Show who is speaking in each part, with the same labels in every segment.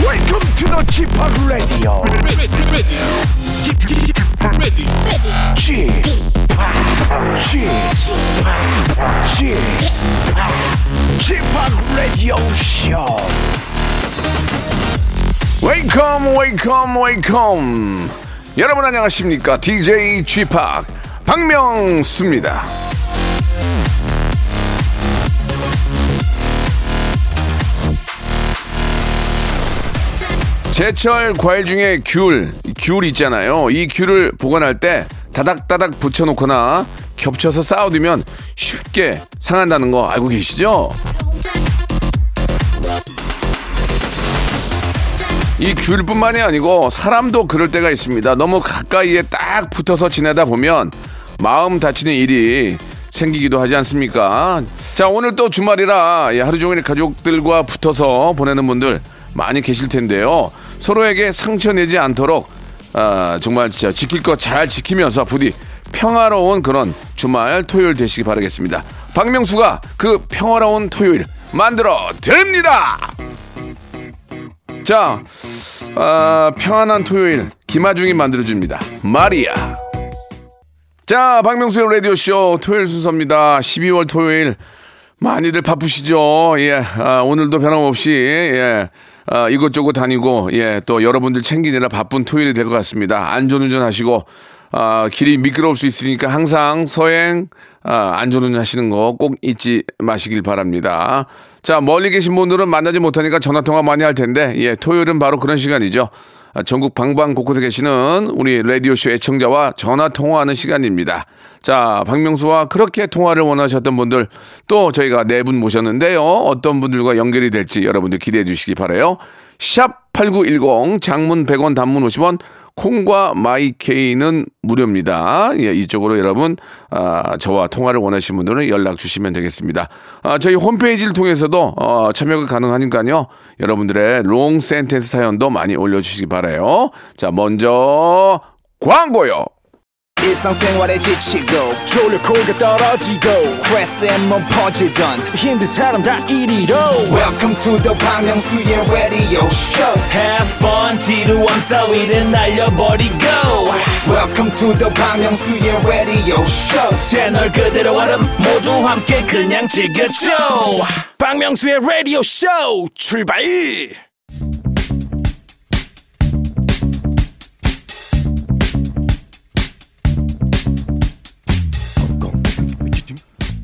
Speaker 1: Welcome to the g p o p Radio.
Speaker 2: ready, ready, ready, ready.
Speaker 1: g p o p g p o p g p o p Radio Show. Welcome, welcome, welcome. 여러분 안녕하십니까? DJ g p o p 박명수입니다. 제철 과일 중에 귤, 귤 있잖아요. 이 귤을 보관할 때 다닥다닥 붙여놓거나 겹쳐서 쌓아두면 쉽게 상한다는 거 알고 계시죠? 이 귤뿐만이 아니고 사람도 그럴 때가 있습니다. 너무 가까이에 딱 붙어서 지내다 보면 마음 다치는 일이 생기기도 하지 않습니까? 자, 오늘 또 주말이라 예, 하루 종일 가족들과 붙어서 보내는 분들 많이 계실 텐데요. 서로에게 상처 내지 않도록 아, 정말 진짜 지킬 것 잘 지키면서 부디 평화로운 그런 주말 토요일 되시기 바라겠습니다. 박명수가 그 평화로운 토요일 만들어 드립니다! 자, 아, 평안한 토요일 김하중이 만들어줍니다. 마리아. 자, 박명수의 라디오쇼 토요일 순서입니다. 12월 토요일 많이들 바쁘시죠? 예, 아, 오늘도 변함없이 예, 아, 이곳저곳 다니고 예, 또 여러분들 챙기느라 바쁜 토요일이 될 것 같습니다. 안전운전 하시고 아, 길이 미끄러울 수 있으니까 항상 서행 아, 안전운전 하시는 거 꼭 잊지 마시길 바랍니다. 자, 멀리 계신 분들은 만나지 못하니까 전화통화 많이 할 텐데, 예, 토요일은 바로 그런 시간이죠. 아, 전국 방방 곳곳에 계시는 우리 라디오쇼 애청자와 전화통화하는 시간입니다. 자, 박명수와 그렇게 통화를 원하셨던 분들 또 저희가 네 분 모셨는데요. 어떤 분들과 연결이 될지 여러분들 기대해 주시기 바라요. 샵8910 장문 100원 단문 50원 콩과 마이케이는 무료입니다. 예, 이쪽으로 여러분 아, 저와 통화를 원하시는 분들은 연락 주시면 되겠습니다. 아, 저희 홈페이지를 통해서도 어, 참여가 가능하니까요. 여러분들의 롱 센텐스 사연도 많이 올려주시기 바라요. 자, 먼저 광고요.
Speaker 3: 일상생활에 지치고, 졸려 코가 떨어지고, 스트레스에 몸 퍼지던, 힘든 사람 다 이리로. welcome to the Bang Myung-soo's radio show
Speaker 4: Have fun 지루함 따위를 날려버리고
Speaker 3: welcome to the Bang Myung-soo's radio show
Speaker 4: 채널 그대로 얼음 모두 함께 그냥 즐겨줘
Speaker 3: 박명수의 radio show 출발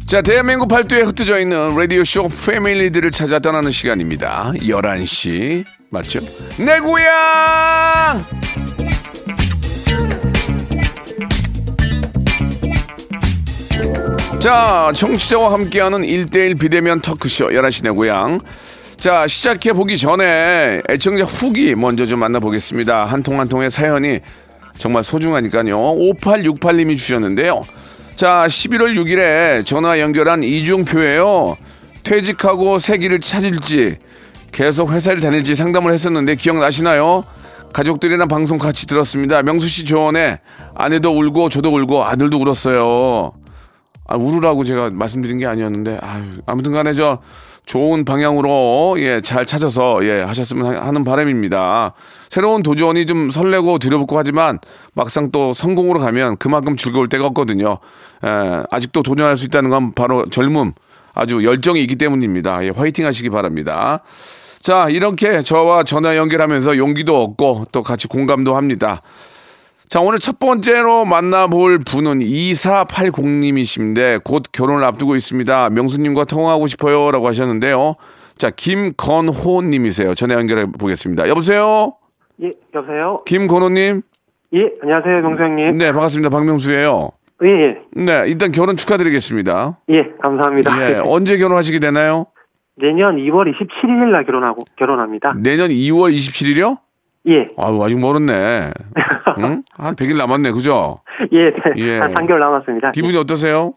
Speaker 1: 자, 대한민국 팔도에 흩어져 있는 라디오쇼 패밀리들을 찾아 떠나는 시간입니다. 11시. 맞죠? 내 고향! 자, 청취자와 함께하는 1대1 비대면 터크쇼 11시 내 고향. 자, 시작해 보기 전에 애청자 후기 먼저 좀 만나보겠습니다. 한 통 한 통의 사연이 정말 소중하니까요. 5868님이 주셨는데요. 자, 11월 6일에 전화 연결한 이중표예요. 퇴직하고 새 길을 찾을지 계속 회사를 다닐지 상담을 했었는데 기억나시나요? 가족들이랑 방송 같이 들었습니다. 명수 씨 조언에 아내도 울고 저도 울고 아들도 울었어요. 아, 울으라고 제가 말씀드린 게 아니었는데 아유, 아무튼 간에 저 좋은 방향으로 예, 잘 찾아서 예, 하셨으면 하- 하는 바람입니다. 새로운 도전이 좀 설레고 두렵고 하지만 막상 또 성공으로 가면 그만큼 즐거울 때가 없거든요. 예, 아직도 도전할 수 있다는 건 바로 젊음, 아주 열정이 있기 때문입니다. 예, 화이팅 하시기 바랍니다. 자, 이렇게 저와 전화 연결하면서 용기도 얻고 또 같이 공감도 합니다. 자, 오늘 첫 번째로 만나볼 분은 2480님이신데 곧 결혼을 앞두고 있습니다. 명수님과 통화하고 싶어요. 라고 하셨는데요. 자, 김건호님이세요. 전화 연결해 보겠습니다. 여보세요?
Speaker 5: 예, 여보세요?
Speaker 1: 김건호님?
Speaker 5: 예, 안녕하세요, 명수 형님.
Speaker 1: 네, 반갑습니다. 박명수예요
Speaker 5: 예, 예,
Speaker 1: 네, 일단 결혼 축하드리겠습니다.
Speaker 5: 예, 감사합니다.
Speaker 1: 예, 언제 결혼하시게 되나요?
Speaker 5: 내년 2월 27일 날 결혼하고, 결혼합니다.
Speaker 1: 내년 2월 27일이요?
Speaker 5: 예,
Speaker 1: 아유, 아직 멀었네. 응? 한 100일 남았네. 그죠?
Speaker 5: 예,
Speaker 1: 예.
Speaker 5: 한 3개월 남았습니다. 예,
Speaker 1: 기분이 어떠세요?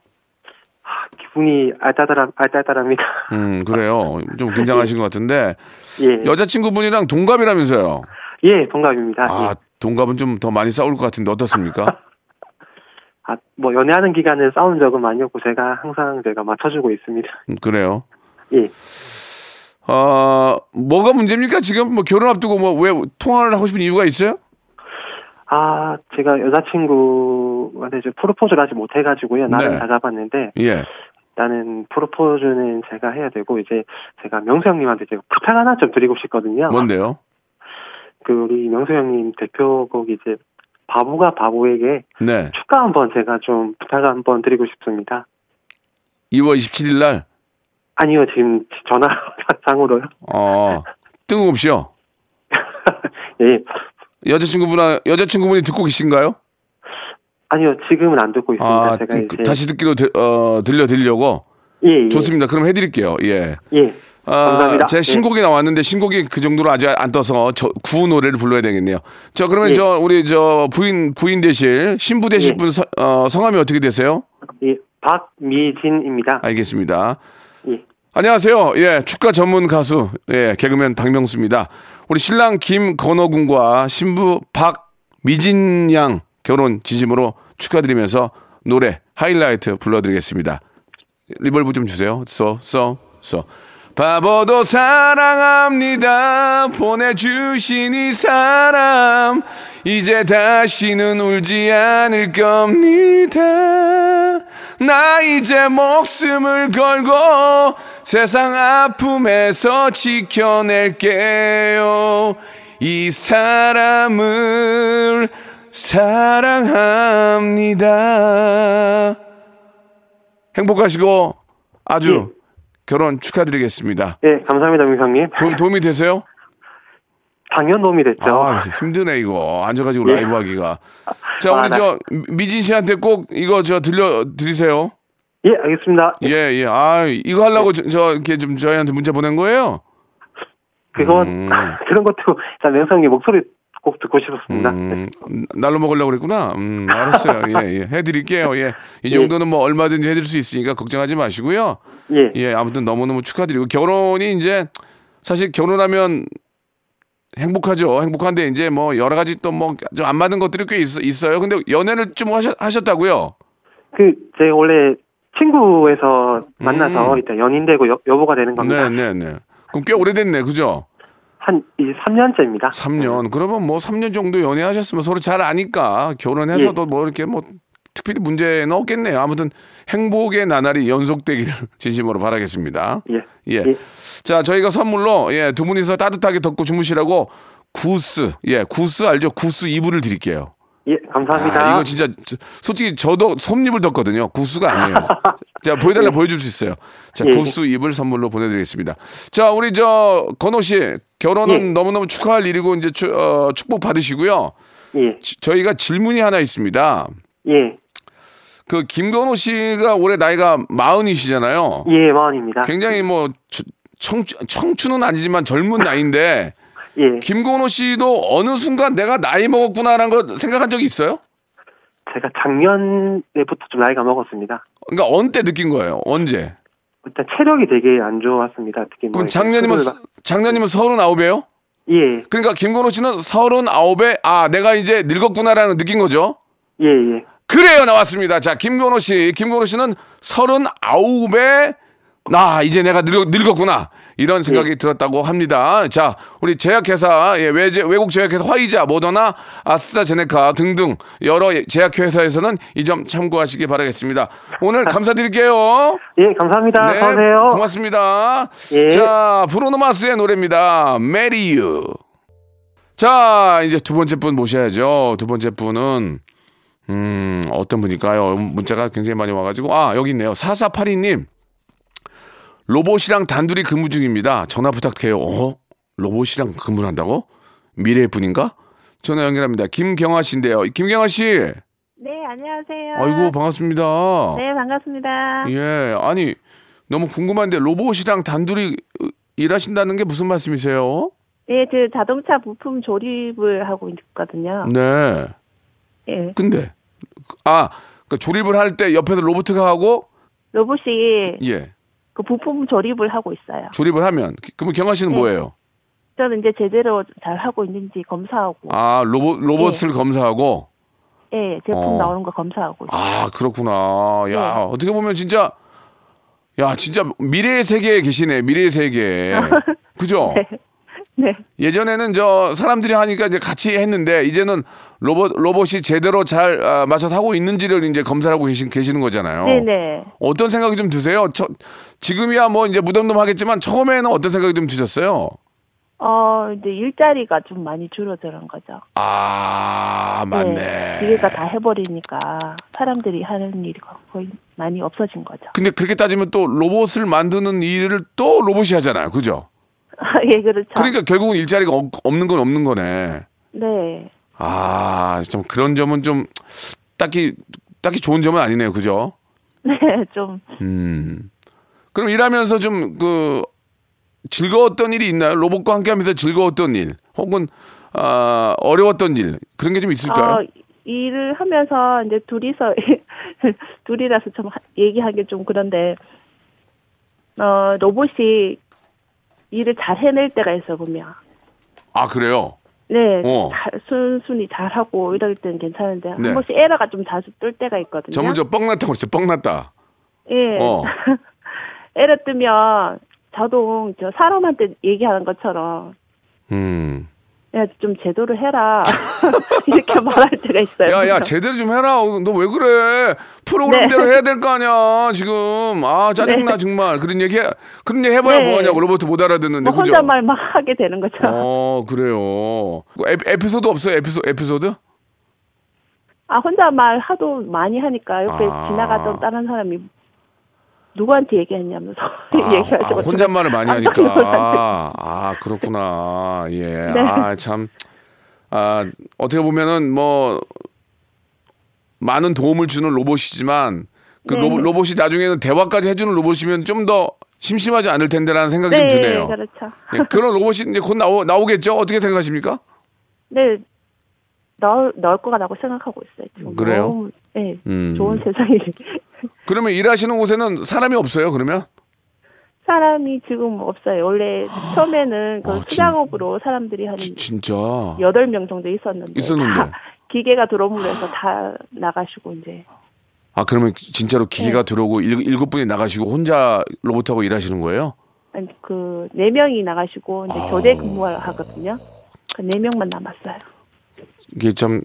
Speaker 5: 기분이 알딸딸함, 알딸딸합니다.
Speaker 1: 음, 그래요. 좀 긴장하신 것 같은데.
Speaker 5: 예,
Speaker 1: 여자친구분이랑 동갑이라면서요?
Speaker 5: 예, 동갑입니다.
Speaker 1: 아,
Speaker 5: 예.
Speaker 1: 동갑은 좀 더 많이 싸울 것 같은데 어떻습니까?
Speaker 5: 아, 뭐, 연애하는 기간에 싸운 적은 많이 없고, 제가 항상 제가 맞춰주고 있습니다.
Speaker 1: 음, 그래요.
Speaker 5: 예,
Speaker 1: 어, 뭐가 문제입니까? 지금 뭐 결혼 앞두고 뭐 왜 통화를 하고 싶은 이유가 있어요?
Speaker 5: 아, 제가 여자친구한테 이제 프로포즈를 하지 못해가지고요. 나는
Speaker 1: 네.
Speaker 5: 다 잡았는데
Speaker 1: 예.
Speaker 5: 나는 프로포즈는 제가 해야 되고 이제 제가 명수 형님한테 제가 부탁 하나 좀 드리고 싶거든요.
Speaker 1: 뭔데요?
Speaker 5: 그 우리 명수 형님 대표곡 이제 바보가 바보에게
Speaker 1: 네.
Speaker 5: 축가 한번 제가 좀 부탁 한번 드리고 싶습니다.
Speaker 1: 2월 27일 날,
Speaker 5: 아니요, 지금 전화 상으로요.
Speaker 1: 어, 뜬금없이요.
Speaker 5: 예.
Speaker 1: 여자친구분, 여자친구분이 듣고 계신가요?
Speaker 5: 아니요, 지금은 안 듣고 있습니다.
Speaker 1: 아,
Speaker 5: 제가
Speaker 1: 그-
Speaker 5: 이제
Speaker 1: 다시 듣기로, 드- 어, 들려드리려고.
Speaker 5: 예, 예.
Speaker 1: 좋습니다. 그럼 해드릴게요. 예.
Speaker 5: 예. 감사합니다.
Speaker 1: 제
Speaker 5: 예.
Speaker 1: 신곡이 나왔는데 신곡이 그 정도로 아직 안 떠서 저 구운 노래를 불러야 되겠네요. 저 그러면
Speaker 5: 예.
Speaker 1: 저 우리 저 부인 부인 되실 신부 되실
Speaker 5: 예.
Speaker 1: 분 서- 어, 성함이 어떻게 되세요?
Speaker 5: 예,
Speaker 1: 아,
Speaker 5: 박미진입니다.
Speaker 1: 알겠습니다.
Speaker 5: 예.
Speaker 1: 안녕하세요. 예, 축가 전문 가수 예 개그맨 박명수입니다. 우리 신랑 김건호 군과 신부 박미진 양 결혼 진심으로 축하드리면서 노래 하이라이트 불러드리겠습니다. 리벌브 좀 주세요. 써, 써, 써. 바보도 사랑합니다. 보내주신 이 사람. 이제 다시는 울지 않을 겁니다. 나 이제 목숨을 걸고 세상 아픔에서 지켜낼게요. 이 사람을 사랑합니다. 행복하시고 아주 결혼 축하드리겠습니다.
Speaker 5: 예, 감사합니다, 민성님.
Speaker 1: 도, 도움이 되세요?
Speaker 5: 당연 놈이 됐죠.
Speaker 1: 아 힘드네 이거 앉아가지고
Speaker 5: 예.
Speaker 1: 라이브 하기가. 자
Speaker 5: 아,
Speaker 1: 우리
Speaker 5: 나-
Speaker 1: 저 미진 씨한테 꼭 이거 저 들려 드리세요.
Speaker 5: 예, 알겠습니다.
Speaker 1: 예 예. 아 이거 하려고 저, 저 이렇게 좀 저희한테 문자 보낸 거예요.
Speaker 5: 그건
Speaker 1: 음.
Speaker 5: 그런 것도 일단 명성님 목소리 꼭 듣고 싶었습니다.
Speaker 1: 음, 날로 먹으려고 그랬구나. 음, 알았어요. 예, 예. 해드릴게요. 예. 이 정도는 뭐 얼마든지 해드릴 수 있으니까 걱정하지 마시고요.
Speaker 5: 예.
Speaker 1: 예, 아무튼 너무너무 축하드리고 결혼이 이제 사실 결혼하면 행복하죠. 행복한데 이제 뭐 여러 가지 또 뭐 좀 안 맞는 것들이 꽤 있, 어요 근데 연애를 좀 하셨, 하셨다고요?
Speaker 5: 그 제가 원래 친구에서 만나서 일단 연인되고 여, 여보가 되는 겁니다.
Speaker 1: 음. 네, 네, 네. 그럼 꽤 오래됐네. 그죠?
Speaker 5: 한 이제 3년째입니다.
Speaker 1: 3년. 그러면 뭐 3년 정도 연애하셨으면 서로 잘 아니까 결혼해서
Speaker 5: 예.
Speaker 1: 도뭐 이렇게 뭐 특별히 문제는 없겠네요. 아무튼 행복의 나날이 연속되기를 진심으로 바라겠습니다.
Speaker 5: 예.
Speaker 1: 예. 자, 저희가 선물로 예, 두 분이서 따뜻하게 덮고 주무시라고 구스. 예, 구스 알죠? 구스 이불을 드릴게요.
Speaker 5: 예,
Speaker 1: 아,
Speaker 5: 감사합니다.
Speaker 1: 이거 진짜 저- 솔직히 저도 솜잎을 덮거든요. 구스가 아니에요. 자, 보여달라 보여줄 수 있어요. 자,
Speaker 5: 예.
Speaker 1: 구스 이불 선물로 보내드리겠습니다. 자, 우리 저 건호 씨 결혼은
Speaker 5: 예.
Speaker 1: 너무너무 축하할 일이고 이제 추- 어, 축복 받으시고요.
Speaker 5: 예.
Speaker 1: 지- 저희가 질문이 하나 있습니다.
Speaker 5: 예.
Speaker 1: 그 김건호 씨가 올해 나이가 마흔이시잖아요.
Speaker 5: 예, 마흔입니다.
Speaker 1: 굉장히 뭐 저- 청춘, 청춘은 아니지만 젊은 나이인데
Speaker 5: 예.
Speaker 1: 김건호 씨도 어느 순간 내가 나이 먹었구나라는 걸 생각한 적이 있어요?
Speaker 5: 제가 작년에부터 좀 나이가 먹었습니다.
Speaker 1: 그러니까 언제 느낀 거예요? 언제?
Speaker 5: 일단 체력이 되게 안 좋았습니다. 특히 뭐
Speaker 1: 그럼
Speaker 5: 이렇게
Speaker 1: 작년이면
Speaker 5: 술을 마-
Speaker 1: 작년이면 서른아홉이에요?
Speaker 5: 예.
Speaker 1: 그러니까 김건호 씨는 서른아홉에 아 내가 이제 늙었구나라는 느낀 거죠?
Speaker 5: 예, 예.
Speaker 1: 그래요 나왔습니다. 자 김건호 씨, 김건호 씨는 서른아홉에 나 이제 내가 늙, 늙었구나 이런 생각이 들었다고 합니다. 자 우리 제약회사 예, 외제, 외국 제약회사 화이자, 모더나, 아스트라제네카 등등 여러 제약회사에서는 이 점 참고하시기 바라겠습니다. 오늘 감사드릴게요.
Speaker 5: 예, 감사합니다. 네, 수고하세요.
Speaker 1: 고맙습니다.
Speaker 5: 예.
Speaker 1: 자, 브로노마스의 노래입니다. 메리 유. 자, 이제 두 번째 분 모셔야죠. 두 번째 분은 음, 어떤 분일까요? 문자가 굉장히 많이 와 가지고 아, 여기 있네요. 4482 님. 로봇이랑 단둘이 근무 중입니다. 전화 부탁해요. 어? 로봇이랑 근무를 한다고? 미래의 분인가? 전화 연결합니다. 김경아 씨인데요. 김경아 씨.
Speaker 6: 네, 안녕하세요.
Speaker 1: 아이고, 반갑습니다.
Speaker 6: 네, 반갑습니다.
Speaker 1: 예, 아니 너무 궁금한데 로봇이랑 단둘이 으, 일하신다는 게 무슨 말씀이세요?
Speaker 6: 예, 저 자동차 부품 조립을 하고 있거든요.
Speaker 1: 네.
Speaker 6: 예.
Speaker 1: 근데 아, 그 조립을 할 때 옆에서 로봇가 하고
Speaker 6: 로봇이
Speaker 1: 예,
Speaker 6: 그 부품 조립을 하고 있어요.
Speaker 1: 조립을 하면 기- 그러면 경아 씨는
Speaker 6: 네.
Speaker 1: 뭐예요?
Speaker 6: 저는 이제 제대로 잘 하고 있는지 검사하고,
Speaker 1: 아, 로봇 로봇을 검사하고 아,
Speaker 6: 예, 제품
Speaker 1: 어.
Speaker 6: 나오는 거 검사하고. 있어요.
Speaker 1: 예. 아, 그렇구나. 야, 어떻게 보면 진짜 야, 진짜 미래의 세계에 계시네. 미래의 세계. 그죠?
Speaker 6: 네.
Speaker 1: 예전에는 저 사람들이 하니까 이제 같이 했는데 이제는 로봇 로봇이 제대로 잘 아, 맞춰서 하고 있는지를 이제 검사하고 계신 계시는 거잖아요.
Speaker 6: 네네.
Speaker 1: 어떤 생각이 좀 드세요? 저, 지금이야 뭐 이제 무덤덤하겠지만 처음에는 어떤 생각이 좀 드셨어요?
Speaker 6: 어, 이제 일자리가 좀 많이 줄어드는 거죠. 예,
Speaker 1: 아 맞네.
Speaker 6: 기계가 다 해버리니까 사람들이 하는 일이 거의 많이 없어진 거죠.
Speaker 1: 근데 그렇게 따지면 또 로봇을 만드는 일을 또 로봇이 하잖아요. 그죠?
Speaker 6: 예, 그렇죠.
Speaker 1: 그러니까 결국은 일자리가 없- 없는 건 없는 거네.
Speaker 6: 네.
Speaker 1: 아, 좀 그런 점은 좀 딱히 딱히 좋은 점은 아니네요. 그죠?
Speaker 6: 네, 좀.
Speaker 1: 그럼 일하면서 좀 그 즐거웠던 일이 있나요? 로봇과 함께하면서 즐거웠던 일 혹은 아, 어려웠던 일 그런 게 좀 있을까요?
Speaker 6: 어, 일을 하면서 이제 둘이서 둘이라서 좀 하- 얘기하기 좀 그런데 어 로봇이 일을 잘 해낼 때가 있어 보면
Speaker 1: 아 그래요?
Speaker 6: 네
Speaker 1: 어.
Speaker 6: 잘- 순순히 잘하고 이럴 때는 괜찮은데
Speaker 1: 네.
Speaker 6: 한 번씩 에러가 좀 자주 뜰 때가 있거든요.
Speaker 1: 전문 저 뻥났다 그랬어요. 뻥났다.
Speaker 6: 예
Speaker 1: 어.
Speaker 6: 에러 뜨면 자동 저 사람한테 얘기하는 것처럼
Speaker 1: 음.
Speaker 6: 야 좀 제도를 해라 이렇게 말할 때가 있어요.
Speaker 1: 야, 야, 제대로 좀 해라. 어, 너 왜 그래? 프로그램대로 해야 될 거 아니야, 지금. 아, 짜증나,
Speaker 6: 네.
Speaker 1: 정말. 그런 얘기, 해- 그런 얘기 해봐야
Speaker 6: 네.
Speaker 1: 뭐하냐고, 로봇 못 알아듣는데.
Speaker 6: 뭐
Speaker 1: 그죠?
Speaker 6: 혼잣말 막 하게 되는 거죠.
Speaker 1: 어, 그래요. 그 에피- 에피소드 없어요? 에피소, 에피소드?
Speaker 6: 아 혼자 말 하도 많이 하니까 옆에
Speaker 1: 아.
Speaker 6: 지나가던 다른 사람이 누구한테 얘기했냐면서 얘기할
Speaker 1: 아,
Speaker 6: 때
Speaker 1: 혼잣말을 많이 하니까.
Speaker 6: 깜짝 놀랐는데. 네.
Speaker 1: 아, 아, 그렇구나. 예. 아, 참. 아, 어떻게 보면은 뭐, 많은 도움을 주는 로봇이지만, 그
Speaker 6: 네.
Speaker 1: 로봇, 로봇이 나중에는 대화까지 해주는 로봇이면 좀 더 심심하지 않을 텐데라는 생각이
Speaker 6: 네
Speaker 1: 좀 드네요.
Speaker 6: 그렇죠.
Speaker 1: 예, 그런 로봇이 이제 곧 나오, 나오겠죠? 어떻게 생각하십니까?
Speaker 6: 네 넣을 넣을 거라고 생각하고 있어요. 지금
Speaker 1: 그래요?
Speaker 6: 너무, 네
Speaker 1: 음.
Speaker 6: 좋은 세상이
Speaker 1: 그러면 일하시는 곳에는 사람이 없어요, 그러면?
Speaker 6: 사람이 지금 없어요. 원래 처음에는 그
Speaker 1: 아, 진-
Speaker 6: 수작업으로 사람들이 한
Speaker 1: 진짜.
Speaker 6: 여덟 명 정도 있었는데
Speaker 1: 있었는데.
Speaker 6: 다 기계가 들어오면서 다 나가시고 이제
Speaker 1: 아, 그러면 진짜로
Speaker 6: 네.
Speaker 1: 기계가 들어오고 일, 일곱 분이 나가시고 혼자 로봇하고 일하시는 거예요?
Speaker 6: 그 네 명이 나가시고 이제 교대 근무를 하거든요. 그 네 명만 남았어요.
Speaker 1: 이게 참,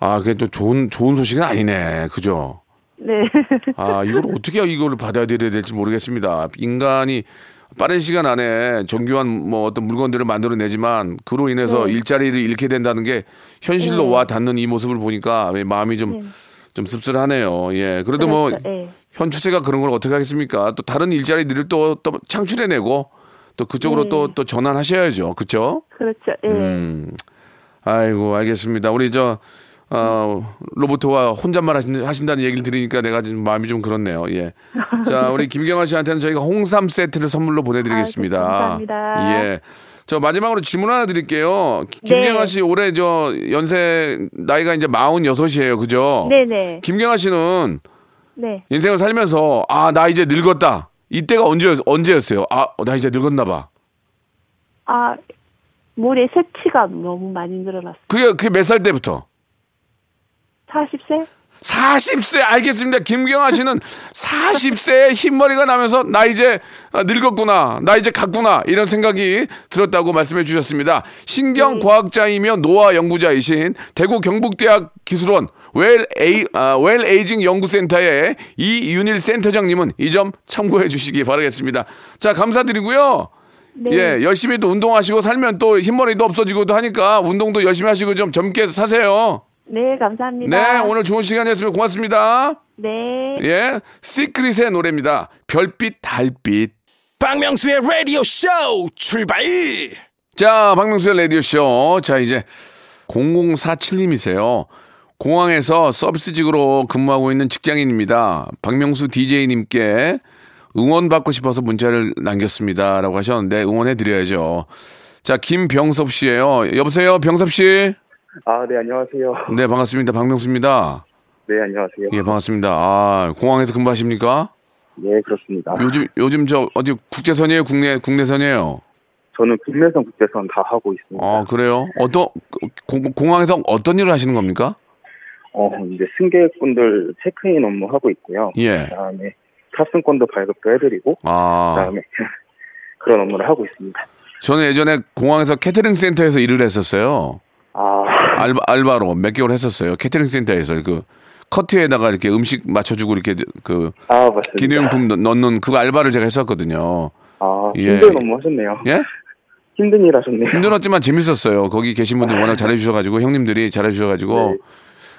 Speaker 1: 아, 그게 또 좋은, 좋은 소식은 아니네. 그죠?
Speaker 6: 네.
Speaker 1: 아, 이걸 어떻게 이걸 받아들여야 될지 모르겠습니다. 인간이 빠른 시간 안에 정교한 뭐 어떤 물건들을 만들어내지만 그로 인해서
Speaker 6: 네.
Speaker 1: 일자리를 잃게 된다는 게 현실로 와 닿는 이 모습을 보니까 왜 마음이 좀, 좀 씁쓸하네요. 예. 그래도 뭐
Speaker 6: 네. 그렇죠. 예.
Speaker 1: 현 추세가 그런 걸 어떻게 하겠습니까? 또 다른 일자리들을 또, 또 창출해내고 또
Speaker 6: 네.
Speaker 1: 그쪽으로 또, 또 전환하셔야죠. 그쵸?
Speaker 6: 그렇죠. 예.
Speaker 1: 음. 아이고, 알겠습니다. 우리 저, 어, 로보트와 혼잣말 하신, 하신다는 얘기를 들으니까 내가 지금 마음이 좀 그렇네요. 예. 자, 우리 김경아 씨한테는 저희가 홍삼 세트를 선물로 보내드리겠습니다.
Speaker 6: 아, 네, 감사합니다.
Speaker 1: 예. 저 마지막으로 질문 하나 드릴게요. 기- 김경아
Speaker 6: 네.
Speaker 1: 씨 올해 저 연세 나이가 이제 46이에요. 그죠?
Speaker 6: 네네.
Speaker 1: 김경아 씨는
Speaker 6: 네.
Speaker 1: 인생을 살면서 아 나 이제 늙었다 이때가 언제 언제였어요? 아 나 이제 늙었나봐.
Speaker 6: 아, 물의 세치가 너무 많이 늘어났어.
Speaker 1: 그게 그게 몇 살 때부터?
Speaker 6: 40세?
Speaker 1: 40세 알겠습니다. 김경아 씨는 40세에 흰머리가 나면서 나 이제 아, 늙었구나, 나 이제 갔구나 이런 생각이 들었다고 말씀해 주셨습니다. 신경 과학자이며 노화 연구자이신 대구 경북대학 기술원 웰 에이 아, 웰 에이징 연구센터의 이윤일 센터장님은 이 점 참고해 주시기 바라겠습니다. 자 감사드리고요.
Speaker 6: 네.
Speaker 1: 예, 열심히 또 운동하시고 살면 또 흰머리도 없어지고도 하니까 운동도 열심히 하시고 좀 젊게 사세요.
Speaker 6: 네, 감사합니다.
Speaker 1: 네, 오늘 좋은 시간이었으면 고맙습니다.
Speaker 6: 네.
Speaker 1: 예, 시크릿의 노래입니다. 별빛, 달빛.
Speaker 4: 박명수의 라디오 쇼 출발
Speaker 1: 자, 박명수의 라디오쇼. 자, 이제 0047님이세요. 공항에서 서비스직으로 근무하고 있는 직장인입니다. 박명수 DJ님께 응원받고 싶어서 문자를 남겼습니다. 라고 하셨는데 응원해드려야죠. 자, 김병섭 씨예요 여보세요, 병섭 씨?
Speaker 7: 아, 네, 안녕하세요.
Speaker 1: 네, 반갑습니다. 박명수입니다.
Speaker 7: 네, 안녕하세요.
Speaker 1: 예, 반갑습니다. 아, 공항에서 근무하십니까?
Speaker 7: 네, 그렇습니다.
Speaker 1: 요즘, 요즘 저, 어디 국제선이에요? 국내, 국내선이에요?
Speaker 7: 저는 국내선, 국제선 다 하고 있습니다.
Speaker 1: 아, 그래요? 어떤, 공, 공항에서 어떤 일을 하시는 겁니까?
Speaker 7: 어, 이제 승객분들 체크인 업무 하고 있고요.
Speaker 1: 예.
Speaker 7: 그다음에 탑승권도 발급도 해드리고
Speaker 1: 아,
Speaker 7: 그다음에 그런 업무를 하고 있습니다.
Speaker 1: 저는 예전에 공항에서 캐터링 센터에서 일을 했었어요.
Speaker 7: 아,
Speaker 1: 알바, 알바로 몇 개월 했었어요. 캐터링 센터에서 그 커트에다가 이렇게 음식 맞춰주고 이렇게 그
Speaker 7: 아 맞습니다.
Speaker 1: 기내용품 넣- 넣는 그 알바를 제가 했었거든요.
Speaker 7: 아
Speaker 1: 예.
Speaker 7: 힘든 업무 하셨네요.
Speaker 1: 예?
Speaker 7: 힘든 일 하셨네요.
Speaker 1: 힘들었지만 재밌었어요. 거기 계신 분들 워낙 잘해주셔가지고 형님들이 잘해주셔가지고
Speaker 7: 네.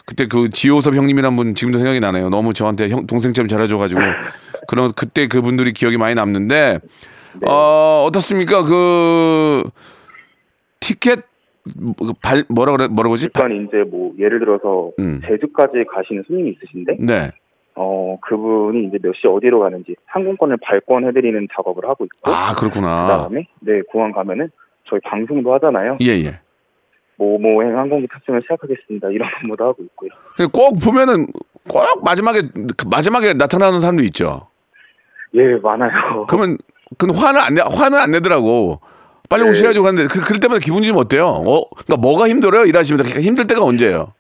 Speaker 1: 그때 그 지호섭 형님이란 분 지금도 생각이 나네요. 너무 저한테 형 동생처럼 잘해줘가지고 그런 그때 그분들이 기억이 많이 남는데 어 어떻습니까 그 티켓 뭐- 발 뭐라 그래 뭐라고 그러지?
Speaker 7: 일단 이제 뭐 예를 들어서
Speaker 1: 음.
Speaker 7: 제주까지 가시는 손님이 있으신데
Speaker 1: 네.
Speaker 7: 어 그분이 이제 몇 시 어디로 가는지 항공권을 발권해드리는 작업을 하고 있고
Speaker 1: 아 그렇구나.
Speaker 7: 그다음에 네 공항 가면은 저희 방송도 하잖아요.
Speaker 1: 예예.
Speaker 7: 모모행 항공기 탑승을 시작하겠습니다. 이런 업무도 하고 있고요.
Speaker 1: 꼭 보면은 꼭 마지막에 마지막에 나타나는 사람도 있죠.
Speaker 7: 예 많아요.
Speaker 1: 그러면 그 화는 안 내, 화는 안 내더라고. 빨리
Speaker 7: 네.
Speaker 1: 오셔야죠. 하는데 그, 그럴 때마다 기분이 좀 어때요? 어, 그러니까 뭐가 힘들어요? 일하시면서 그러니까 힘들 때가 언제예요?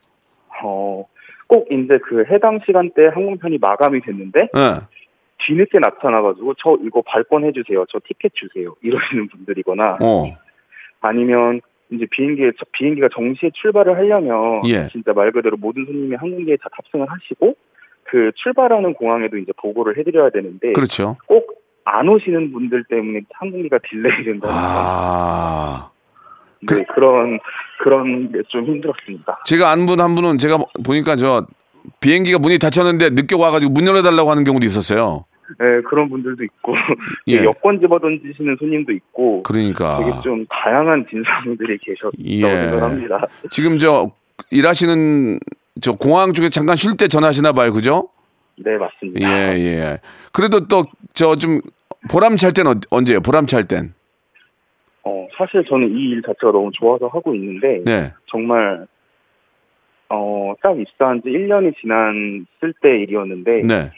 Speaker 7: 어꼭 이제 그 해당 시간대 항공편이 마감이 됐는데
Speaker 1: 예.
Speaker 7: 뒤늦게 나타나가지고 저 이거 발권해 주세요. 저 티켓 주세요. 이러시는 분들이거나
Speaker 1: 어.
Speaker 7: 아니면 이제 비행기에 저- 비행기가 정시에 출발을 하려면
Speaker 1: 예.
Speaker 7: 진짜 말 그대로 모든 손님이 항공기에 다 탑승을 하시고 그 출발하는 공항에도 이제 보고를 해드려야 되는데
Speaker 1: 그렇죠.
Speaker 7: 꼭 안 오시는 분들 때문에 항공기가 딜레이 된다든가
Speaker 1: 아.
Speaker 7: 네, 그런 그런 게 좀 힘들었습니다.
Speaker 1: 제가 안 분 한 분은 제가 보니까 저 비행기가 문이 닫혔는데 늦게 와가지고 문 열어달라고 하는 경우도 있었어요.
Speaker 7: 네, 그런 분들도 있고
Speaker 1: 예.
Speaker 7: 여권 집어던지시는 손님도 있고 되게
Speaker 1: 그러니까.
Speaker 7: 좀 다양한 진상들이 계셨다고
Speaker 1: 예.
Speaker 7: 생각합니다.
Speaker 1: 지금 저 일하시는 저 공항 쪽에 잠깐 쉴 때 전화하시나 봐요. 그죠?
Speaker 7: 네,
Speaker 1: 예,
Speaker 7: 맞습니다.
Speaker 1: 예. 그래도 또 저 좀 보람찰 땐 어- 언제예요? 보람찰 땐.
Speaker 7: 어, 사실 저는 이 일 자체가 너무 좋아서 하고 있는데
Speaker 1: 네.
Speaker 7: 정말 어, 딱 입사한 지 1년이 지났을 때 일이었는데
Speaker 1: 네.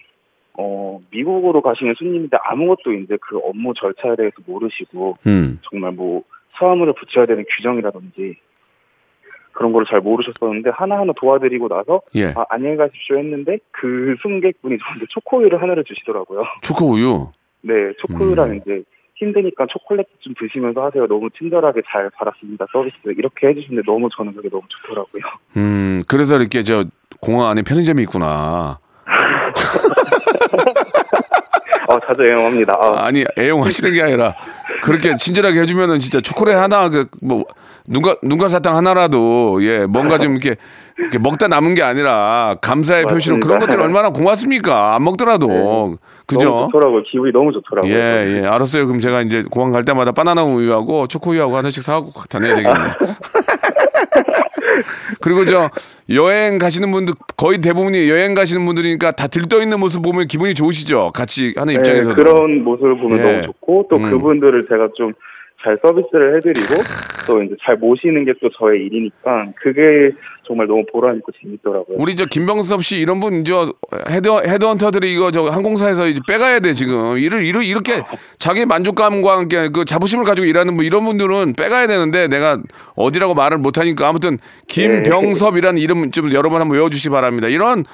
Speaker 7: 어, 미국으로 가시는 손님인데 아무것도 이제 그 업무 절차에 대해서 모르시고
Speaker 1: 음.
Speaker 7: 정말 뭐 사무를 붙여야 되는 규정이라든지 그런 거를 잘 모르셨었는데 하나하나 도와드리고 나서
Speaker 1: 예.
Speaker 7: 아, 안녕히 가십시오 했는데 그 승객분이 저한테 초코우유를 하나를 주시더라고요.
Speaker 1: 초코 우유.
Speaker 7: 네, 초코우유랑
Speaker 1: 음.
Speaker 7: 이제 힘드니까 초콜릿 좀 드시면서 하세요. 너무 친절하게 잘 받았습니다. 서비스 이렇게 해주시는데 너무 저는 그게 너무 좋더라고요.
Speaker 1: 음. 그래서 이렇게 저 공항 안에 편의점이 있구나.
Speaker 7: 아, 자주 애용합니다. 아,
Speaker 1: 아니 애용하시는 게 아니라 그렇게 친절하게 해주면은 진짜 초콜릿 하나 그 뭐 눈가 눈가 사탕 하나라도 예 뭔가 좀 이렇게, 이렇게 먹다 남은 게 아니라 감사의 표시로
Speaker 7: 맞습니다. 네.
Speaker 1: 그런 것들이 얼마나 고맙습니까? 안 먹더라도
Speaker 7: 너무
Speaker 1: 그죠?
Speaker 7: 좋더라고요. 기분이 너무 좋더라고요.
Speaker 1: 예, 예, 알았어요. 그럼 제가 이제 공항 갈 때마다 바나나 우유하고 초코우유하고 하나씩 사갖고 다녀야 되겠네요. 그리고 저 여행 가시는 분들 거의 대부분이 여행 가시는 분들이니까 다 들떠 있는 모습 보면 기분이 좋으시죠? 같이 하는
Speaker 7: 네,
Speaker 1: 입장에서도.
Speaker 7: 그런 모습을 보면
Speaker 1: 예.
Speaker 7: 너무 좋고 또
Speaker 1: 음.
Speaker 7: 그분들을 제가 좀 잘 서비스를 해드리고 또 이제 잘 모시는 게 또 저의 일이니까 그게 정말 너무 보람 있고 재밌더라고요.
Speaker 1: 우리 저 김병섭 씨 이런 분 저 헤드 헤드헌터들이 이거 저 항공사에서 이제 빼가야 돼 지금 이를 이를 이렇게 자기 만족감과 함께 그 자부심을 가지고 일하는 분 이런 분들은 빼가야 되는데 내가 어디라고 말을 못 하니까 아무튼 김병섭이라는 이름 좀 여러분 한번 외워주시 기 바랍니다. 이런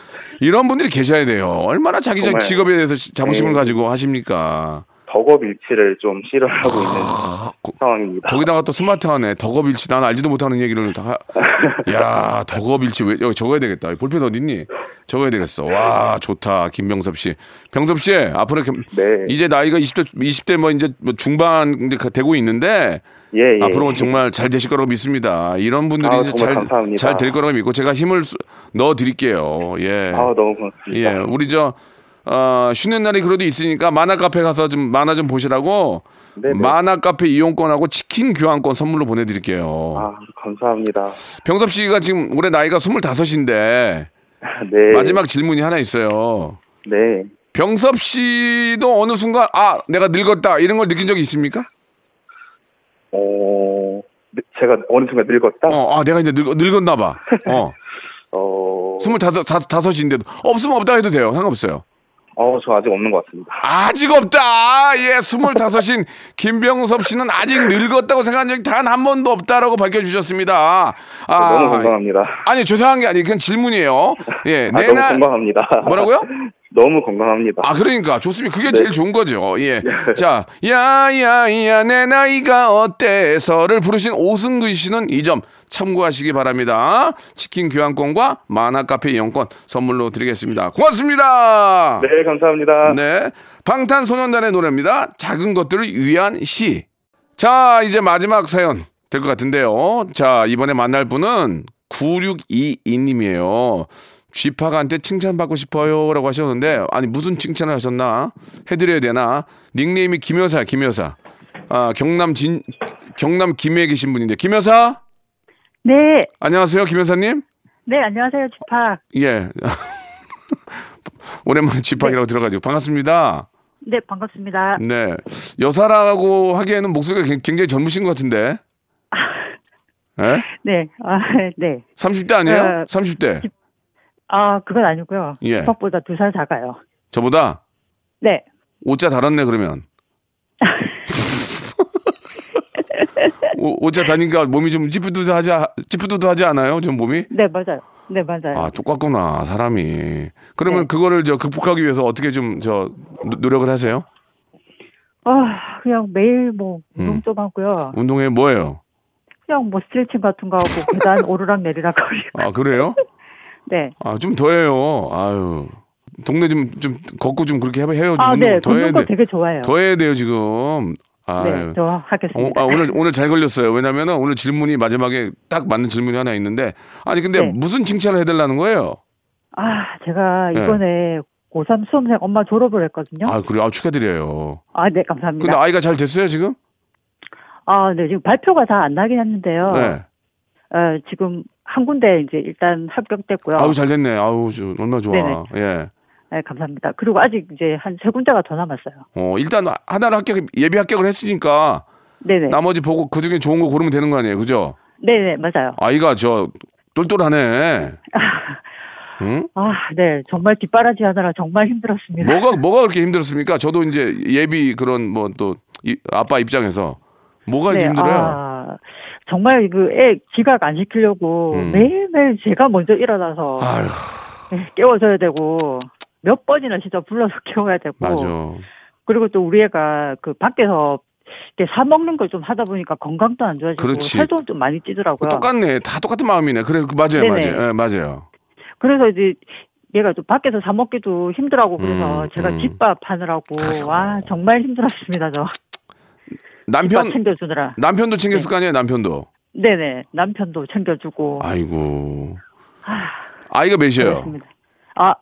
Speaker 1: 이런 분들이 계셔야 돼요. 얼마나 자기 자-
Speaker 7: 정말.
Speaker 1: 직업에 대해서 시- 자부심을
Speaker 7: 네.
Speaker 1: 가지고 하십니까?
Speaker 7: 덕업일치를 좀 실현하고 있는
Speaker 1: 아, 고-
Speaker 7: 상황입니다.
Speaker 1: 거기다가 또 스마트하네 덕업일치 난 알지도 못하는 얘기를 다. 하- 야 덕업일치 왜 여기 적어야 되겠다. 볼펜 어디 있니? 적어야 되겠어. 와 좋다 김병섭 씨. 병섭 씨 앞으로 이렇게
Speaker 7: 네.
Speaker 1: 이제 나이가 20대 20대 뭐 이제 뭐 중반 이제 가- 되고 있는데
Speaker 7: 예, 예.
Speaker 1: 앞으로 뭐 정말 잘 되실 거라고 믿습니다. 이런 분들이
Speaker 7: 아,
Speaker 1: 이제
Speaker 7: 정말 감사합니다.
Speaker 1: 잘잘될 거라고 믿고 제가 힘을 쏘- 넣어드릴게요. 예.
Speaker 7: 아, 너무 고맙습니다.
Speaker 1: 예, 우리 저 어, 쉬는 날이 그래도 있으니까 만화 카페 가서 좀 만화 좀 보시라고
Speaker 7: 네네.
Speaker 1: 만화 카페 이용권하고 치킨 교환권 선물로 보내드릴게요.
Speaker 7: 아, 감사합니다.
Speaker 1: 병섭 씨가 지금 올해 나이가 25인데
Speaker 7: 네.
Speaker 1: 마지막 질문이 하나 있어요.
Speaker 7: 네.
Speaker 1: 병섭 씨도 어느 순간 아 내가 늙었다 이런 걸 느낀 적이 있습니까?
Speaker 7: 어, 늙- 제가 어느 순간 늙었다? 어,
Speaker 1: 어, 아 내가 이제 늙, 늙었나 봐. 어, 25, 다, 다섯인데도 없으면 없다 해도 돼요. 상관없어요.
Speaker 7: 어, 저 아직 없는 것 같습니다.
Speaker 1: 아직 없다. 예, 스물다섯인 김병섭 씨는 아직 늙었다고 생각한 적이 단 한 번도 없다라고 밝혀주셨습니다. 아,
Speaker 7: 어, 너무 건강합니다.
Speaker 1: 아니 죄송한 게 아니에요. 그냥 질문이에요. 예,
Speaker 7: 아,
Speaker 1: 내
Speaker 7: 너무
Speaker 1: 나
Speaker 7: 건강합니다.
Speaker 1: 뭐라고요?
Speaker 7: 너무 건강합니다.
Speaker 1: 아 그러니까 좋습니다.
Speaker 7: 네.
Speaker 1: 그게 제일 좋은 거죠. 예. 자, 야야야 내 나이가 어때서를 부르신 오승근 씨는 이 점 참고하시기 바랍니다. 치킨 교환권과 만화 카페 이용권 선물로 드리겠습니다. 고맙습니다.
Speaker 7: 네, 감사합니다.
Speaker 1: 그- 네. 방탄소년단의 노래입니다. 작은 것들을 위한 시. 자, 이제 마지막 사연 될 것 같은데요. 자, 이번에 만날 분은 9622님이에요. 쥐파가한테 칭찬받고 싶어요. 라고 하셨는데, 아니, 무슨 칭찬을 하셨나? 해드려야 되나? 닉네임이 김여사, 김여사. 아, 경남 진, 경남 김해에 계신 분인데. 김여사?
Speaker 8: 네,
Speaker 1: 안녕하세요, 김여사님?
Speaker 8: 네 안녕하세요 주팍.
Speaker 1: 예. 오랜만에 쥐팍이라고 들어가지고. 반갑습니다.
Speaker 8: 네 반갑습니다.
Speaker 1: 네. 여사라고 하기에는 목소리가 굉- 굉장히 젊으신 것 같은데. 예?
Speaker 8: 네, 아, 네.
Speaker 1: 30대 아니에요?
Speaker 8: 어,
Speaker 1: 30대.
Speaker 8: 아 그건 아니고요.
Speaker 1: 예.
Speaker 8: 주팍보다 두 살 작아요.
Speaker 1: 저보다
Speaker 8: 네.
Speaker 1: 오자 달았네 그러면. 오, 오자 다니까 몸이 좀 찌푸드드 하지 찌푸드드 하지 않아요? 좀 몸이?
Speaker 8: 네 맞아요. 네 맞아요.
Speaker 1: 아, 똑같구나. 사람이.
Speaker 8: 네.
Speaker 1: 그러면 그거를 저 극복하기 위해서 어떻게 좀 저 노력을 하세요?
Speaker 8: 아, 그냥 매일 뭐 운동
Speaker 1: 음.
Speaker 8: 좀 하고요.
Speaker 1: 운동에 뭐예요?
Speaker 8: 그냥 뭐 스트레칭 같은 거 하고 계단 오르락 내리락 거리고.
Speaker 1: 아, 그래요?
Speaker 8: 네.
Speaker 1: 아, 좀 더해요. 아유. 동네 좀, 좀 걷고 좀 그렇게 해, 해요. 좀
Speaker 8: 아,
Speaker 1: 운동
Speaker 8: 네.
Speaker 1: 더 해야
Speaker 8: 걷는 거
Speaker 1: 돼.
Speaker 8: 되게 좋아해요.
Speaker 1: 더 해야 돼요, 지금. 아유. 예.
Speaker 8: 네, 저
Speaker 1: 어,
Speaker 8: 하겠습니다.
Speaker 1: 아, 오늘, 오늘 잘 걸렸어요. 왜냐면은 오늘 질문이 마지막에 딱 맞는 질문이 하나 있는데. 아니, 근데
Speaker 8: 네.
Speaker 1: 무슨 칭찬을 해달라는 거예요?
Speaker 8: 아, 제가
Speaker 1: 네.
Speaker 8: 이번에 고3 수험생 엄마 졸업을 했거든요.
Speaker 1: 아, 그래요? 아, 축하드려요.
Speaker 8: 아, 네,
Speaker 1: 근데
Speaker 8: 감사합니다.
Speaker 1: 아이가 잘 됐어요, 지금?
Speaker 8: 아, 네, 지금 발표가 다 안 나긴 했는데요.
Speaker 1: 네.
Speaker 8: 어, 지금 한 군데 이제 일단 합격됐고요.
Speaker 1: 아우, 잘 됐네. 아우, 저, 얼마나 좋아.
Speaker 8: 어. 네네.
Speaker 1: 예.
Speaker 8: 네, 감사합니다. 그리고 아직 이제 한 세 군데가 더 남았어요.
Speaker 1: 어, 일단 하나를 합격, 예비 합격을 했으니까
Speaker 8: 네네.
Speaker 1: 나머지 보고 그 중에 좋은 거 고르면 되는 거 아니에요? 그죠?
Speaker 8: 네네, 맞아요.
Speaker 1: 아이가 저 똘똘하네. 응?
Speaker 8: 아, 네, 정말 뒷바라지 하느라 정말 힘들었습니다.
Speaker 1: 뭐가 뭐가 그렇게 힘들었습니까? 저도 이제 예비 그런 뭐 또 아빠 입장에서 뭐가 이렇게 힘들어요?
Speaker 8: 아, 정말 그 애 지각 안 시키려고
Speaker 1: 음.
Speaker 8: 매일매일 제가 먼저 일어나서
Speaker 1: 아휴,
Speaker 8: 깨워줘야 되고 몇 번이나 진짜 불러서 깨워야 되고
Speaker 1: 맞아. 뭐
Speaker 8: 그리고 또 우리 애가 그 밖에서 이렇게 사 먹는 걸 좀 하다 보니까 건강도 안 좋아지고
Speaker 1: 그렇지.
Speaker 8: 살도 좀 많이 찌더라고요.
Speaker 1: 똑같네. 다 똑같은 마음이네. 그래, 그 맞아요,
Speaker 8: 네네.
Speaker 1: 맞아요, 예, 맞아요.
Speaker 8: 그래서 이제 얘가 좀 밖에서 사 먹기도 힘들하고 그래서
Speaker 1: 음,
Speaker 8: 제가
Speaker 1: 음.
Speaker 8: 집밥 하느라고 와 정말 힘들었습니다 저 집밥
Speaker 1: 남편
Speaker 8: 챙겨주느라 네.
Speaker 1: 남편도 챙겼을 거 아니에요, 남편도.
Speaker 8: 네네 남편도 챙겨주고
Speaker 1: 아이고. 아이가 몇이에요?
Speaker 8: 어. 그렇습니다. 아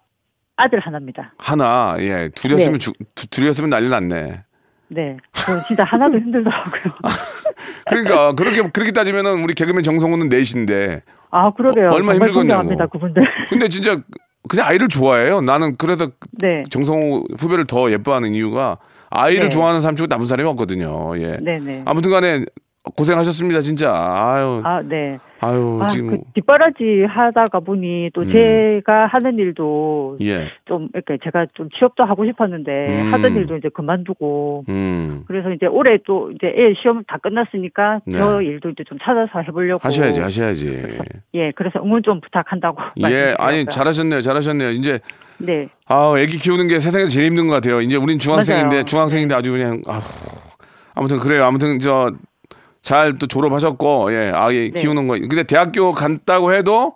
Speaker 8: 아들 하나입니다.
Speaker 1: 하나, 예, 둘이었으면
Speaker 8: 네.
Speaker 1: 죽- 두- 둘이었으면 난리 났네.
Speaker 8: 네. 저 진짜 하나도 힘들더라고요.
Speaker 1: 그러니까 그렇게 그렇게 따지면은 우리 개그맨 정성호는 넷인데,
Speaker 8: 아, 그러게요.
Speaker 1: 어, 얼마나
Speaker 8: 정말
Speaker 1: 힘들겠냐고.
Speaker 8: 존경합니다, 그분들.
Speaker 1: 근데 진짜 그냥 아이를 좋아해요. 나는 그래서
Speaker 8: 네.
Speaker 1: 정성호 후배를 더 예뻐하는 이유가 아이를
Speaker 8: 네.
Speaker 1: 좋아하는 사람 치고 나쁜 사람이 없거든요. 예.
Speaker 8: 네네.
Speaker 1: 아무튼 간에 고생하셨습니다, 진짜. 아유,
Speaker 8: 아, 네.
Speaker 1: 아, 유
Speaker 8: 아,
Speaker 1: 지금.
Speaker 8: 그 뒷바라지 하다가 보니 또
Speaker 1: 음.
Speaker 8: 제가 하는 일도
Speaker 1: 예.
Speaker 8: 좀 이렇게 제가 좀 취업도 하고 싶었는데
Speaker 1: 음.
Speaker 8: 하던 일도 이제 그만두고
Speaker 1: 음.
Speaker 8: 그래서 이제 올해 또 이제 애 시험 다 끝났으니까
Speaker 1: 네.
Speaker 8: 저 일도 이제 좀 찾아서 해보려고
Speaker 1: 하셔야지, 하셔야지.
Speaker 8: 예, 그래서 응원 좀 부탁한다고.
Speaker 1: 예, 아니,
Speaker 8: 말씀드리려고요.
Speaker 1: 잘하셨네요, 잘하셨네요. 이제,
Speaker 8: 네,
Speaker 1: 아 애기 키우는 게 세상에서 제일 힘든 것 같아요. 이제 우린 중학생인데,
Speaker 8: 맞아요.
Speaker 1: 중학생인데 아주 그냥, 아무튼 그래요. 아무튼 저, 잘 또 졸업하셨고, 예, 아예
Speaker 8: 네.
Speaker 1: 키우는 거. 근데 대학교 간다고 해도,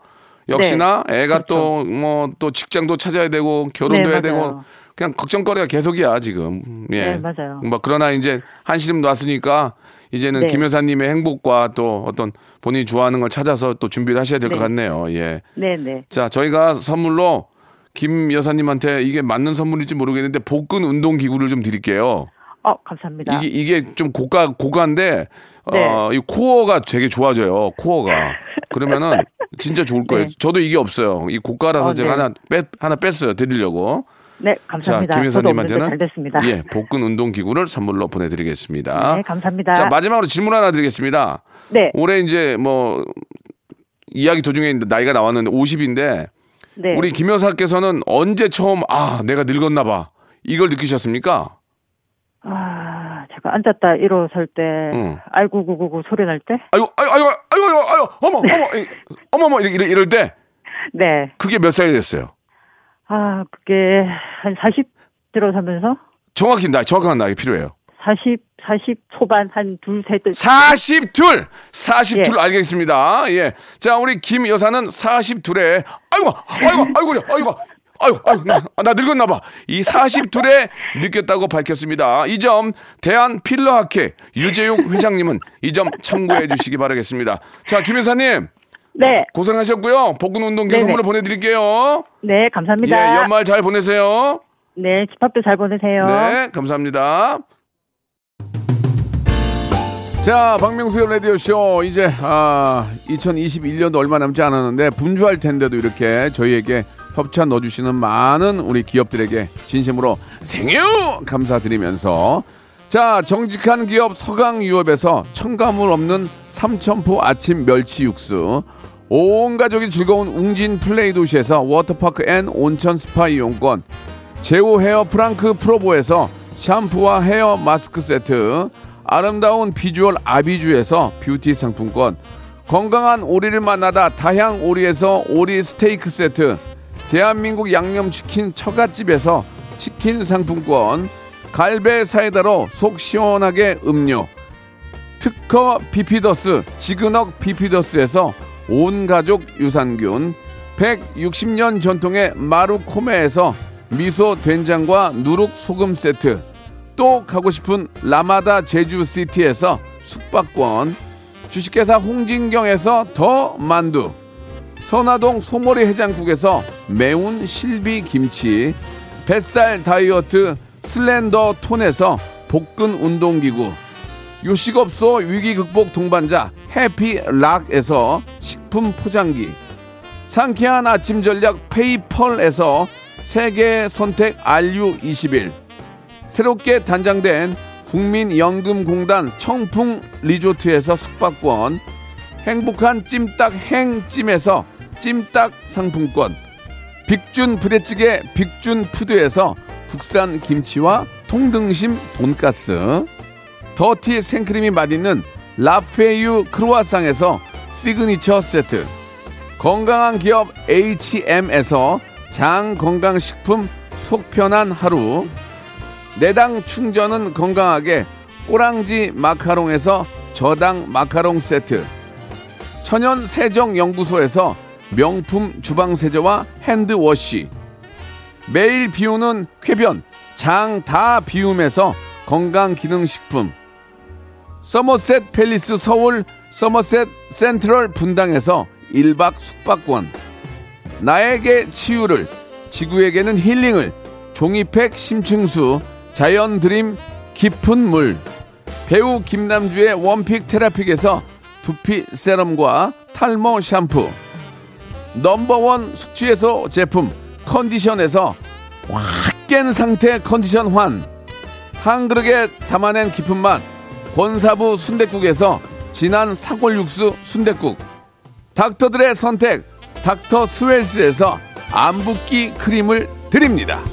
Speaker 1: 역시나 애가 또, 뭐, 또 직장도 찾아야 되고, 결혼도
Speaker 8: 그렇죠. 네,
Speaker 1: 해야 되고,
Speaker 8: 맞아요.
Speaker 1: 그냥 걱정거리가 계속이야, 지금. 예.
Speaker 8: 네, 맞아요.
Speaker 1: 뭐 그러나 이제 한시름 놨으니까 이제는
Speaker 8: 네.
Speaker 1: 김 여사님의 행복과 또 어떤 본인이 좋아하는 걸 찾아서 또 준비를 하셔야 될 것
Speaker 8: 네.
Speaker 1: 같네요. 예.
Speaker 8: 네, 네.
Speaker 1: 자, 저희가 선물로 김 여사님한테 이게 맞는 선물일지 모르겠는데 복근 운동 기구를 좀 드릴게요.
Speaker 8: 어, 감사합니다. 네.
Speaker 1: 이게 이게 좀 고가 고가인데 어, 이 코어가 되게 좋아져요. 코어가. 그러면은 진짜 좋을 거예요.
Speaker 8: 네.
Speaker 1: 저도 이게 없어요. 이 고가라서
Speaker 8: 어,
Speaker 1: 제가
Speaker 8: 네.
Speaker 1: 하나 뺐 하나 뺐어요. 드리려고.
Speaker 8: 네, 감사합니다.
Speaker 1: 자, 김
Speaker 8: 저도 없는데
Speaker 1: 여사님한테는
Speaker 8: 잘 됐습니다.
Speaker 1: 예, 복근 운동 기구를 선물로 보내드리겠습니다.
Speaker 8: 네, 감사합니다.
Speaker 1: 자, 마지막으로 질문 하나 드리겠습니다.
Speaker 8: 네,
Speaker 1: 올해 이제 뭐 이야기 도중에 나이가 나왔는데 50인데
Speaker 8: 네.
Speaker 1: 우리 김 여사께서는 언제 처음 아 내가 늙었나 봐 이걸 느끼셨습니까?
Speaker 8: 아, 제가 앉았다 일어설 때,
Speaker 1: 응.
Speaker 8: 아이고, 구구구 소리 날 때?
Speaker 1: 아유 아유 아유 아유 아유 아유 어머 어머 이- 어머 어머 이럴, 이럴 때
Speaker 8: 네.
Speaker 1: 그게 몇 살이 됐어요?
Speaker 8: 아, 그게 한 40 들어서면서
Speaker 1: 정확히 나 정확한 나이 필요해요.
Speaker 8: 40, 40 초반 한 둘, 셋, 들
Speaker 1: 40둘! 40둘
Speaker 8: 예.
Speaker 1: 알겠습니다. 예. 자, 우리 김 여사는 40둘에 아이고 아이고 아이고 아이고 아이고 아이고, 아이고 나, 아, 나 늙었나 봐. 이 40둘에 느꼈다고 밝혔습니다. 이 점 대한 필러학회 유재용 회장님은 이 점 참고해 주시기 바라겠습니다. 자, 김 여사님
Speaker 8: 네,
Speaker 1: 고생하셨고요. 복근 운동 계속
Speaker 8: 네네.
Speaker 1: 선물로 보내 드릴게요.
Speaker 8: 네,
Speaker 1: 예,
Speaker 8: 감사합니다.
Speaker 1: 연말 잘 보내세요.
Speaker 8: 네, 집합도 잘 보내세요.
Speaker 1: 네, 감사합니다. 자, 박명수의 라디오쇼. 이제, 아, 2021년도 얼마 남지 않았는데, 분주할 텐데도 이렇게 저희에게 협찬 넣어주시는 많은 우리 기업들에게 진심으로 생유! 감사드리면서. 자, 정직한 기업 서강유업에서 첨가물 없는 삼천포 아침 멸치 육수. 온 가족이 즐거운 웅진 플레이 도시에서 워터파크 앤 온천 스파 이용권. 제오 헤어 프랑크 프로보에서 샴푸와 헤어 마스크 세트, 아름다운 비주얼 아비주에서 뷰티 상품권, 건강한 오리를 만나다 다향 오리에서 오리 스테이크 세트, 대한민국 양념치킨 처갓집에서 치킨 상품권, 갈배 사이다로 속 시원하게 음료, 특허 비피더스 지그넉 비피더스에서 온 가족 유산균 160년 전통의 마루코메에서 미소 된장과 누룩 소금 세트 또 가고 싶은 라마다 제주시티에서 숙박권 주식회사 홍진경에서 더 만두 선화동 소머리 해장국에서 매운 실비 김치, 뱃살 다이어트 슬렌더 톤에서 복근 운동기구, 요식업소 위기 극복 동반자 해피락에서 식품 포장기, 상쾌한 아침 전략 페이펄에서 세계 선택 RU21, 새롭게 단장된 국민연금공단 청풍 리조트에서 숙박권, 행복한 찜닭 행찜에서 찜닭 상품권 빅준 부대찌개 빅준 푸드에서 국산 김치와 통등심 돈가스 더티 생크림이 맛있는 라페유 크로아상에서 시그니처 세트 건강한 기업 HM에서 장 건강식품 속편한 하루 내당 충전은 건강하게 꼬랑지 마카롱에서 저당 마카롱 세트 천연 세정 연구소에서 명품 주방 세제와 핸드워시 매일 비우는 쾌변 장 다 비움에서 건강 기능 식품 서머셋 팰리스 서울 서머셋 센트럴 분당에서 1박 숙박권 나에게 치유를 지구에게는 힐링을 종이팩 심층수 자연 드림 깊은 물 배우 김남주의 원픽 테라픽에서 두피 세럼과 탈모 샴푸 넘버원 숙취해소 제품 컨디션에서 확 깬 상태 컨디션 환 한 그릇에 담아낸 깊은 맛 권사부 순댓국에서 진한 사골육수 순댓국 닥터들의 선택 닥터 스웰스에서 안붓기 크림을 드립니다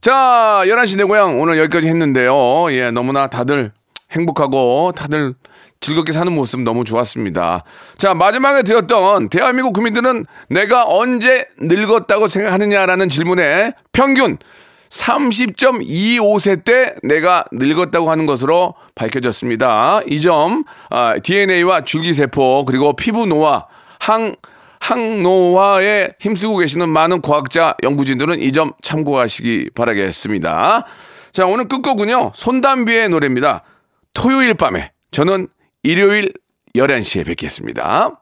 Speaker 1: 자, 11시 내 고향 오늘 여기까지 했는데요. 예, 너무나 다들 행복하고 다들 즐겁게 사는 모습 너무 좋았습니다. 자, 마지막에 드렸던 대한민국 국민들은 내가 언제 늙었다고 생각하느냐라는 질문에 평균 30.25세 때 내가 늙었다고 하는 것으로 밝혀졌습니다. 이 점 DNA와 줄기세포 그리고 피부 노화 항 항노화에 힘쓰고 계시는 많은 과학자 연구진들은 이 점 참고하시기 바라겠습니다. 자 오늘 끝곡은요 손담비의 노래입니다. 토요일 밤에 저는 일요일 11시에 뵙겠습니다.